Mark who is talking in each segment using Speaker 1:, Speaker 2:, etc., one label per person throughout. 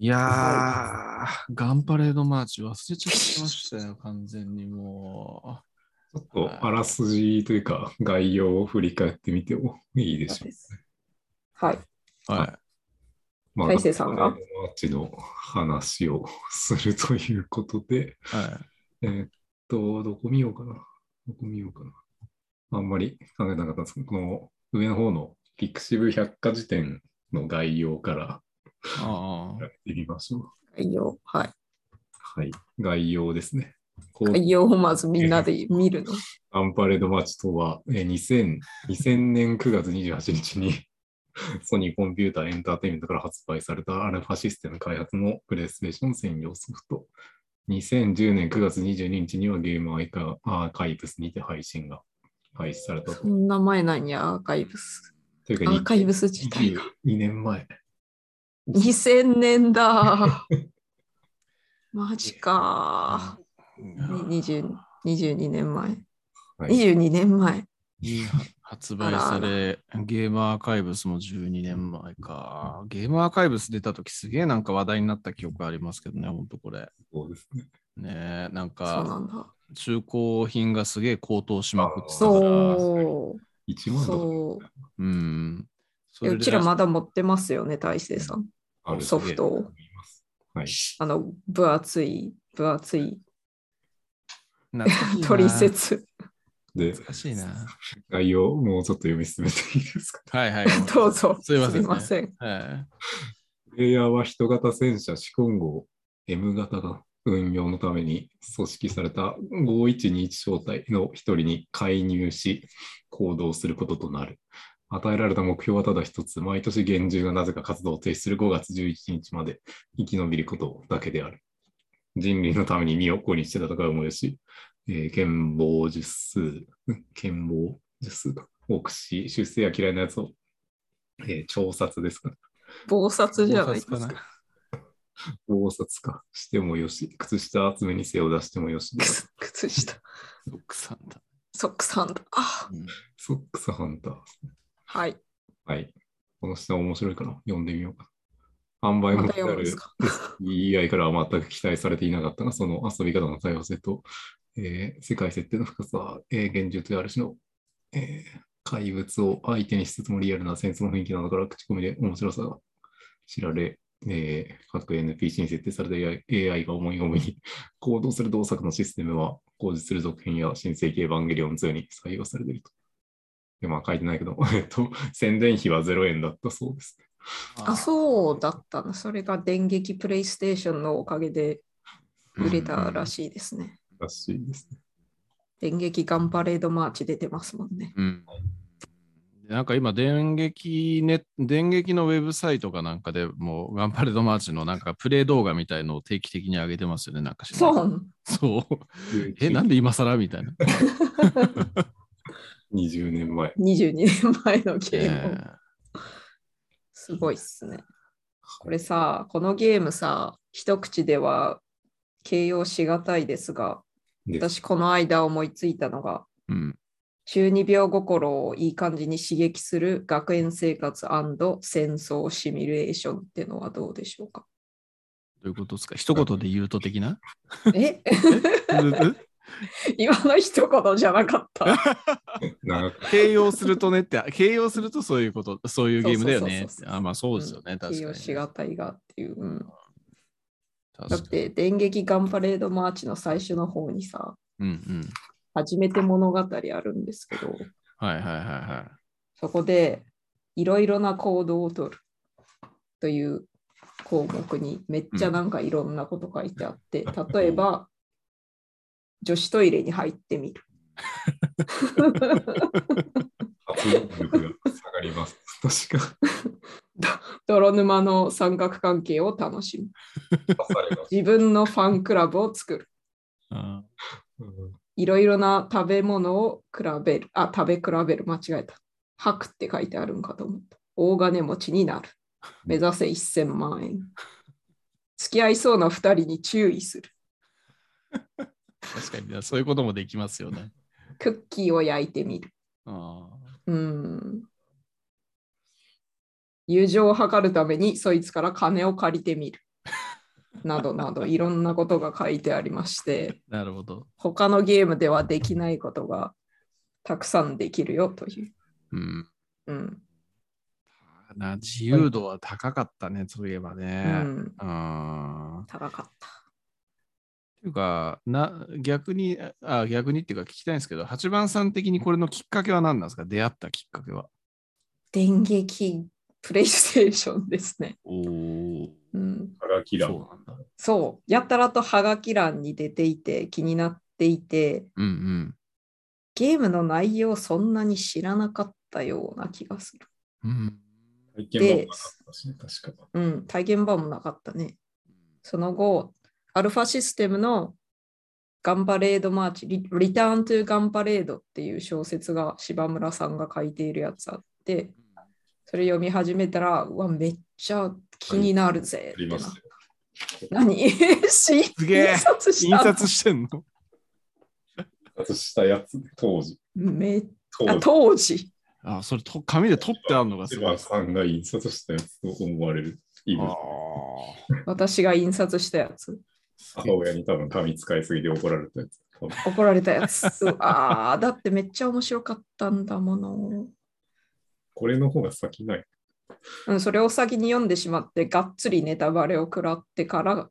Speaker 1: いやー、ガンパレードマーチ忘れちゃってましたよ、 完全にも
Speaker 2: ちょっとあらすじというか、概要を振り返ってみてもいいでしょう。
Speaker 3: はい。
Speaker 1: う。はい。
Speaker 2: ま
Speaker 3: 大勢さんが
Speaker 2: マーチの話をするということで、
Speaker 1: は
Speaker 2: えーっと、どこ見ようかな。どこ見ようかな。あんまり考えてなかったんですけど、この上の方のピクシブ百科事典の概要から
Speaker 1: い。あ
Speaker 2: やってみましょう。
Speaker 3: 概要、はい。
Speaker 2: はい。概要ですね。こう
Speaker 3: 概要をまずみんなで見るの。
Speaker 2: アンパレードマーチとは、えー2000, 2000年9月28日に ソニーコンピューターエンターテインメントから発売されたアルファシステム開発のプレイステーション専用ソフト。2010年9月22日にはゲームアイカアーカイブスにて配信が開始されたと。
Speaker 3: そんな前なんや、アーカイブス。
Speaker 2: という
Speaker 3: ア
Speaker 2: か
Speaker 3: ーカイブス自体が。
Speaker 2: 2年前。
Speaker 3: 2000年だ。マジか。
Speaker 1: あ。
Speaker 3: 20 22年前。
Speaker 2: はい
Speaker 3: 22年前。
Speaker 1: に発売され、ゲームアーカイブスも12年前か。ゲームアーカイブス出た時すげえなんか話題になった記憶ありますけどね、ほんとこれ。
Speaker 2: そうですね。
Speaker 1: ねえ、なん
Speaker 3: そうな
Speaker 1: か
Speaker 3: んだ。
Speaker 1: 中古品がすげえ高騰しまくってたから。
Speaker 3: そ
Speaker 2: 1
Speaker 3: う。
Speaker 2: 万と
Speaker 3: そう
Speaker 1: うん。そ
Speaker 3: え。
Speaker 1: れで
Speaker 3: うちらまだ持ってますよね、大勢さん。
Speaker 2: かある
Speaker 3: ソフトを。
Speaker 2: はい。
Speaker 3: あの、分厚い、分厚い、
Speaker 1: 懐かしいな
Speaker 3: 取説。
Speaker 2: で、
Speaker 1: 懐かしいな。
Speaker 2: 概要をもうちょっと読み進めていいですか
Speaker 1: はいはい。
Speaker 3: どうぞ。
Speaker 1: すいませんね
Speaker 3: すいません。
Speaker 1: はい。
Speaker 2: プレイヤーは人型戦車シコン号 M 型が運用のために組織された5121小隊の一人に介入し行動することとなる。与えられた目標はただ一つ、毎年厳重がなぜか活動を停止する5月11日まで生き延びることだけである。人類のために身を粉にして戦うもよし、えー剣謀術数、うん剣謀術数か、奥し、出世や嫌いなやつを、えー調殺ですか、
Speaker 3: 暴殺じゃないです
Speaker 1: 考察
Speaker 3: か。
Speaker 1: か
Speaker 2: 盗撮かしてもよし、靴下集めに背を出してもよし、
Speaker 3: 靴下。
Speaker 1: な奥さんだ。
Speaker 3: ソックスハンダ。あ、
Speaker 1: うん
Speaker 2: ソックスハンター。
Speaker 3: はい。
Speaker 2: はい。この下面白いから読んでみようか。販売
Speaker 3: ま
Speaker 2: も
Speaker 3: た
Speaker 2: であ
Speaker 3: 読むん
Speaker 2: る
Speaker 3: ですか。
Speaker 2: EI からは全く期待されていなかったが、その遊び方の多様性と、えー世界設定の深さ、えー現状というある種の、えー怪物を相手にしつつもリアルなセンスの雰囲気などから口コミで面白さが知られ、えー各 NPC に設定された AI, AI が思い思いに行動する動作のシステムは、工事する続編や新世紀エヴァンゲリオン2に採用されていると。でまあ書いてないけど、 えっと、宣伝費は0円だったそうです。
Speaker 3: あ、そうだったな。それが電撃プレイステーションのおかげで売れたらしいですね。
Speaker 2: らしいですね。
Speaker 3: 電撃ガンパレードマーチ出てますもんね。
Speaker 1: うん。なんか今、電撃ね、電撃のウェブサイトかなんかでもう、ガンパレードマーチのなんかプレイ動画みたいのを定期的に上げてますよね、なんかしら
Speaker 3: そう。
Speaker 1: そう。 え、 なんで今更み たいな。
Speaker 2: 20年前。
Speaker 3: 22年前のゲームを。
Speaker 1: ね
Speaker 3: すごいっすね。これさ、このゲームさ、一口では形容しがたいですが、
Speaker 2: です
Speaker 3: 私この間思いついたのが、
Speaker 1: えうん。
Speaker 3: 中二病心をいい感じに刺激する学園生活戦争シミュレーションってのはどうでし ょうか
Speaker 1: どういうことですか一言で言うと的な
Speaker 3: え
Speaker 1: うん
Speaker 3: 今の一言じゃなかった。
Speaker 2: 長く
Speaker 1: 形容するとねって、形容するとそういうこと、そういうゲームだよね
Speaker 3: そうそうそう。そう
Speaker 1: あまあそうですよね、確
Speaker 3: 形
Speaker 1: か
Speaker 3: 容
Speaker 1: に。
Speaker 3: しがたいがっていう。うんだっ
Speaker 1: 確かに
Speaker 3: て、電撃ガンパレードマーチの最初の方にさ、
Speaker 1: うんうん。
Speaker 3: 初めて物語あるんですけど、
Speaker 1: はいはいはいはい。
Speaker 3: そこでいろいろな行動を取るという項目にめっちゃなんかいろんなこと書いてあって、例えば女子トイレに入ってみる。
Speaker 2: 発言力が下がります。確か。
Speaker 3: 泥沼の三角関係を楽しむ。
Speaker 2: 刺されます
Speaker 3: 自分のファンクラブを作る。
Speaker 1: あ
Speaker 2: うん
Speaker 3: いろいろな食べ物を比べる。あ、食べ比べる。間違えた。吐くって書いてあるんかと思った。大金持ちになる。目指せ1000万円。付き合いそうな2人に注意する。
Speaker 1: 確かにね、そういうこともできますよね。
Speaker 3: クッキーを焼いてみる。
Speaker 1: あ
Speaker 3: うん。友情を図るためにそいつから金を借りてみる。などなどいろんなことが書いてありまして、
Speaker 1: なるほど。
Speaker 3: 他のゲームではできないことがたくさんできるよという。
Speaker 1: うん。
Speaker 3: うん。
Speaker 1: な自由度は高かったね、そういえば
Speaker 3: う
Speaker 1: ね。
Speaker 3: ん、
Speaker 1: うん。
Speaker 3: 高かった。
Speaker 1: っていうかな、逆に、あ、逆にっていうか聞きたいんですけど、八番さん的にこれのきっかけは何なんですか出会ったきっかけは。
Speaker 3: 電撃プレイステーションですね。
Speaker 1: おお。
Speaker 3: うん、
Speaker 2: ハガキラ
Speaker 1: そうなんだ。
Speaker 3: そう、やたらとハガキ欄に出ていて気になっていて、
Speaker 1: うんうん。
Speaker 3: ゲームの内容そんなに知らなかったような気がする。
Speaker 1: うん、
Speaker 2: 体験版もなかったしね、確か。
Speaker 3: うん、体験版もなかったね。その後、アルファシステムのガンパレードマーチ、リリターントゥガンパレードっていう小説が柴村さんが書いているやつあって、それ読み始めたら、うわ、めっちゃ気になるぜ
Speaker 2: あ
Speaker 3: って
Speaker 2: り
Speaker 3: な。
Speaker 2: ますよ。
Speaker 3: 何 し
Speaker 1: すげえ
Speaker 3: 印刷し
Speaker 1: 印
Speaker 3: た
Speaker 1: 刷してんの
Speaker 2: 私したやつ、当時。
Speaker 3: め
Speaker 2: 当
Speaker 3: あ
Speaker 2: 時、
Speaker 3: 当時。
Speaker 1: あ、それと紙で取ってあるのがす
Speaker 2: 千
Speaker 1: ごい
Speaker 2: 葉
Speaker 1: です。
Speaker 2: さんが印刷したやつと思われる。いる
Speaker 1: あ
Speaker 3: 私が印刷したやつ。
Speaker 1: ー
Speaker 2: 母親に多分紙使いすぎで怒られたやつ。多分
Speaker 3: 怒られた やつ。ああ、だってめっちゃ面白かったんだもの。
Speaker 2: これの方が先ない。
Speaker 3: うん、それを先に読んでしまって、がっつりネタバレを食らってから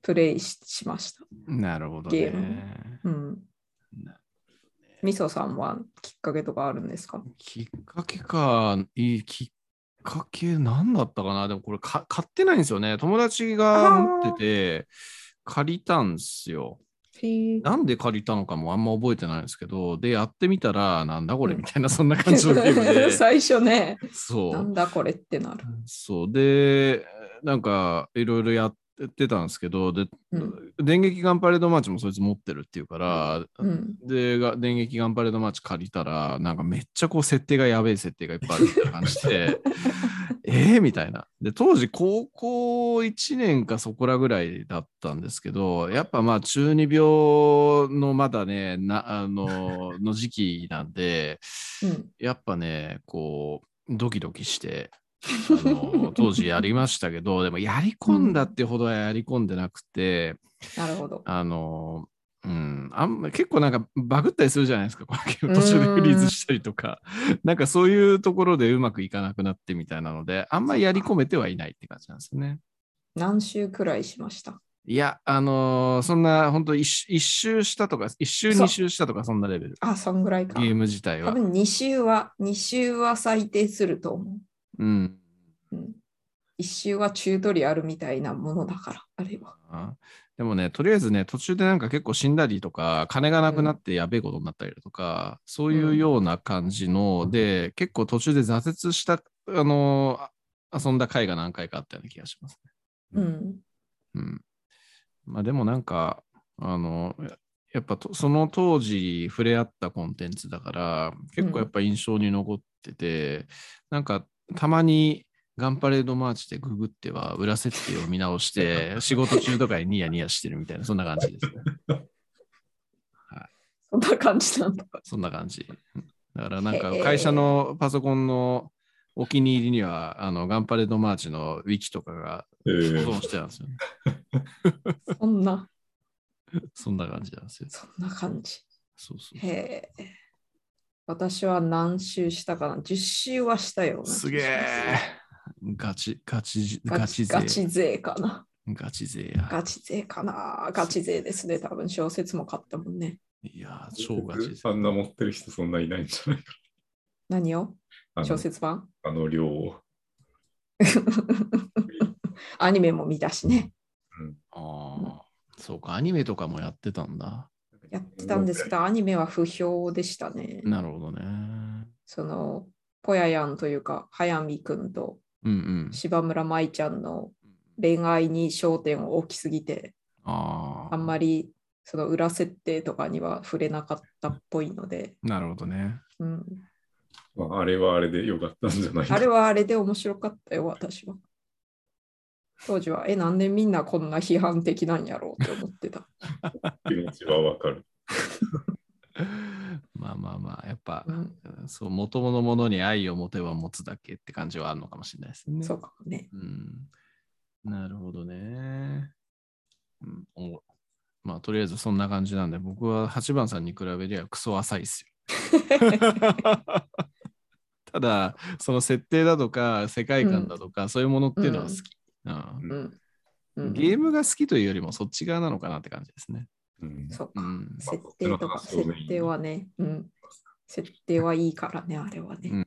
Speaker 3: プレイししました。
Speaker 1: なるほど
Speaker 3: ゲ
Speaker 1: ね
Speaker 3: ー。うん。みそさんはきっかけとかあるんですか
Speaker 1: きっかけか、いいきっかけ何だったかなでもこれか買ってないんですよね。友達が持ってて借りたんですよ。
Speaker 3: へえ。
Speaker 1: なんで借りたのかもあんま覚えてないんですけど、で、やってみたら、なんだこれみたいな、そんな感じのゲームで。
Speaker 3: 最初ね、
Speaker 1: そ
Speaker 3: な。
Speaker 1: うん
Speaker 3: だこれってなる。
Speaker 1: そう。で、なんか、いろいろやってたんですけど、で、
Speaker 3: うん。
Speaker 1: 電撃ガンパレードマーチもそいつ持ってるっていうから、
Speaker 3: うん、
Speaker 1: でが電撃ガンパレードマーチ借りたらなんかめっちゃこう設定がやべえ設定がいっぱいあるみたいな感じでえーみたいなで当時高校1年かそこらぐらいだったんですけどやっぱまあ中二病のまだねなあのの時期なんで
Speaker 3: うん、
Speaker 1: やっぱねこうドキドキしてあの当時やりましたけどでもやり込んだってほどはやり込んでなくて、
Speaker 3: なるほど。
Speaker 1: あの、うん、あんま結構なんかバグったりするじゃないですか、このゲーム途中でフリーズしたりとか、 なんかそういうところでうまくいかなくなってみたいなので、あんまりやり込めてはいないって感じなんですよね。
Speaker 3: 何週くらいしました
Speaker 1: いや、あのーそんな、本当一周一周したとか、一周
Speaker 3: そう
Speaker 1: 二周したとか、そんなレベル。
Speaker 3: あ、そんぐらいか。
Speaker 1: ゲーム自体
Speaker 3: 多
Speaker 1: は。
Speaker 3: 分2週は、2週は最低すると思
Speaker 1: うん。
Speaker 3: う。うん、1週はチュートリアルみたいなものだから、あれは。
Speaker 1: あでもね、とりあえずね、途中でなんか結構死んだりとか、金がなくなってやべえことになったりとか、そういうような感じの、で、結構途中で挫折した、あのあ遊んだ回が何回かあったような気がしますね。
Speaker 3: うん。
Speaker 1: うん。まあでもなんか、あの、ややっぱとその当時触れ合ったコンテンツだから、結構やっぱ印象に残ってて、なんかたまにガンパレードマーチでググっては裏設定を見直して、仕事中とかにニヤニヤしてるみたいな、そんな感じですね。
Speaker 3: そんな感じなんだ。
Speaker 1: そんな感じ。だからなんか
Speaker 3: へえ
Speaker 1: 会社のパソコンのお気に入りには、あのガンパレードマーチのウィキとかが
Speaker 2: え
Speaker 1: 保
Speaker 2: ー
Speaker 1: 存してあるんですよね。
Speaker 3: そんな、
Speaker 1: そんな感じなんですよ。
Speaker 3: そんな感じ。
Speaker 1: そうそうそう。
Speaker 3: へえ。私は何週したかな ?10 週はしたような気がします
Speaker 1: げえ。ガチ、ガチ、
Speaker 3: ガ
Speaker 1: ガチ
Speaker 3: チガ
Speaker 1: 勢。
Speaker 3: チ勢かな
Speaker 1: ガチ勢や。
Speaker 3: ガチ勢かなガチ勢ですね。多分小説も買ったもんね。
Speaker 1: いやー、超ガチ勢。
Speaker 2: あんな持ってる人そんないないんじゃないか。
Speaker 3: 何を
Speaker 2: あの
Speaker 3: 小説版
Speaker 2: あの量を。
Speaker 3: アニメも見たしね。
Speaker 1: ああ、そうか、アニメとかもやってたんだ。
Speaker 3: やってたんですけど、アニメは不評でしたね。
Speaker 1: なるほどね。
Speaker 3: その、ぽややんというか、早見くんと
Speaker 1: うんうん。
Speaker 3: 柴村舞ちゃんの恋愛に焦点を置きすぎて、
Speaker 1: あ
Speaker 3: あんまりその裏設定とかには触れなかったっぽいので、
Speaker 1: り。なるほどね。
Speaker 3: うん、
Speaker 2: まあ、あれはあれでよかったんじゃないか。
Speaker 3: あれはあれで面白かったよ、私は。当時は、え、なんでみんなこんな批判的なんやろうって思っ てた。
Speaker 2: 気持ちはわかる。
Speaker 1: まあまあまあ、やっぱ
Speaker 3: う、ん、
Speaker 1: そう、元々のものに愛を持てば持つだけって 感じはあるのかもしれないですね。
Speaker 3: そうかもね。
Speaker 1: うん。なるほどね。まあ、とりあえずそんな感じなんで、僕は8番さんに比べりゃクソ浅いですよ。 ただ、その設定だとか、世界観だとか、そういうものっていうのは好き。うん
Speaker 3: うんうん、
Speaker 1: ゲームが好きというよりも、そっち側なのかなって感じですね。
Speaker 2: うん
Speaker 3: そっ
Speaker 1: う
Speaker 3: か、
Speaker 1: ん。
Speaker 3: 設定とか、設定はね、うん。設定はいいからね、あれはね。
Speaker 1: うん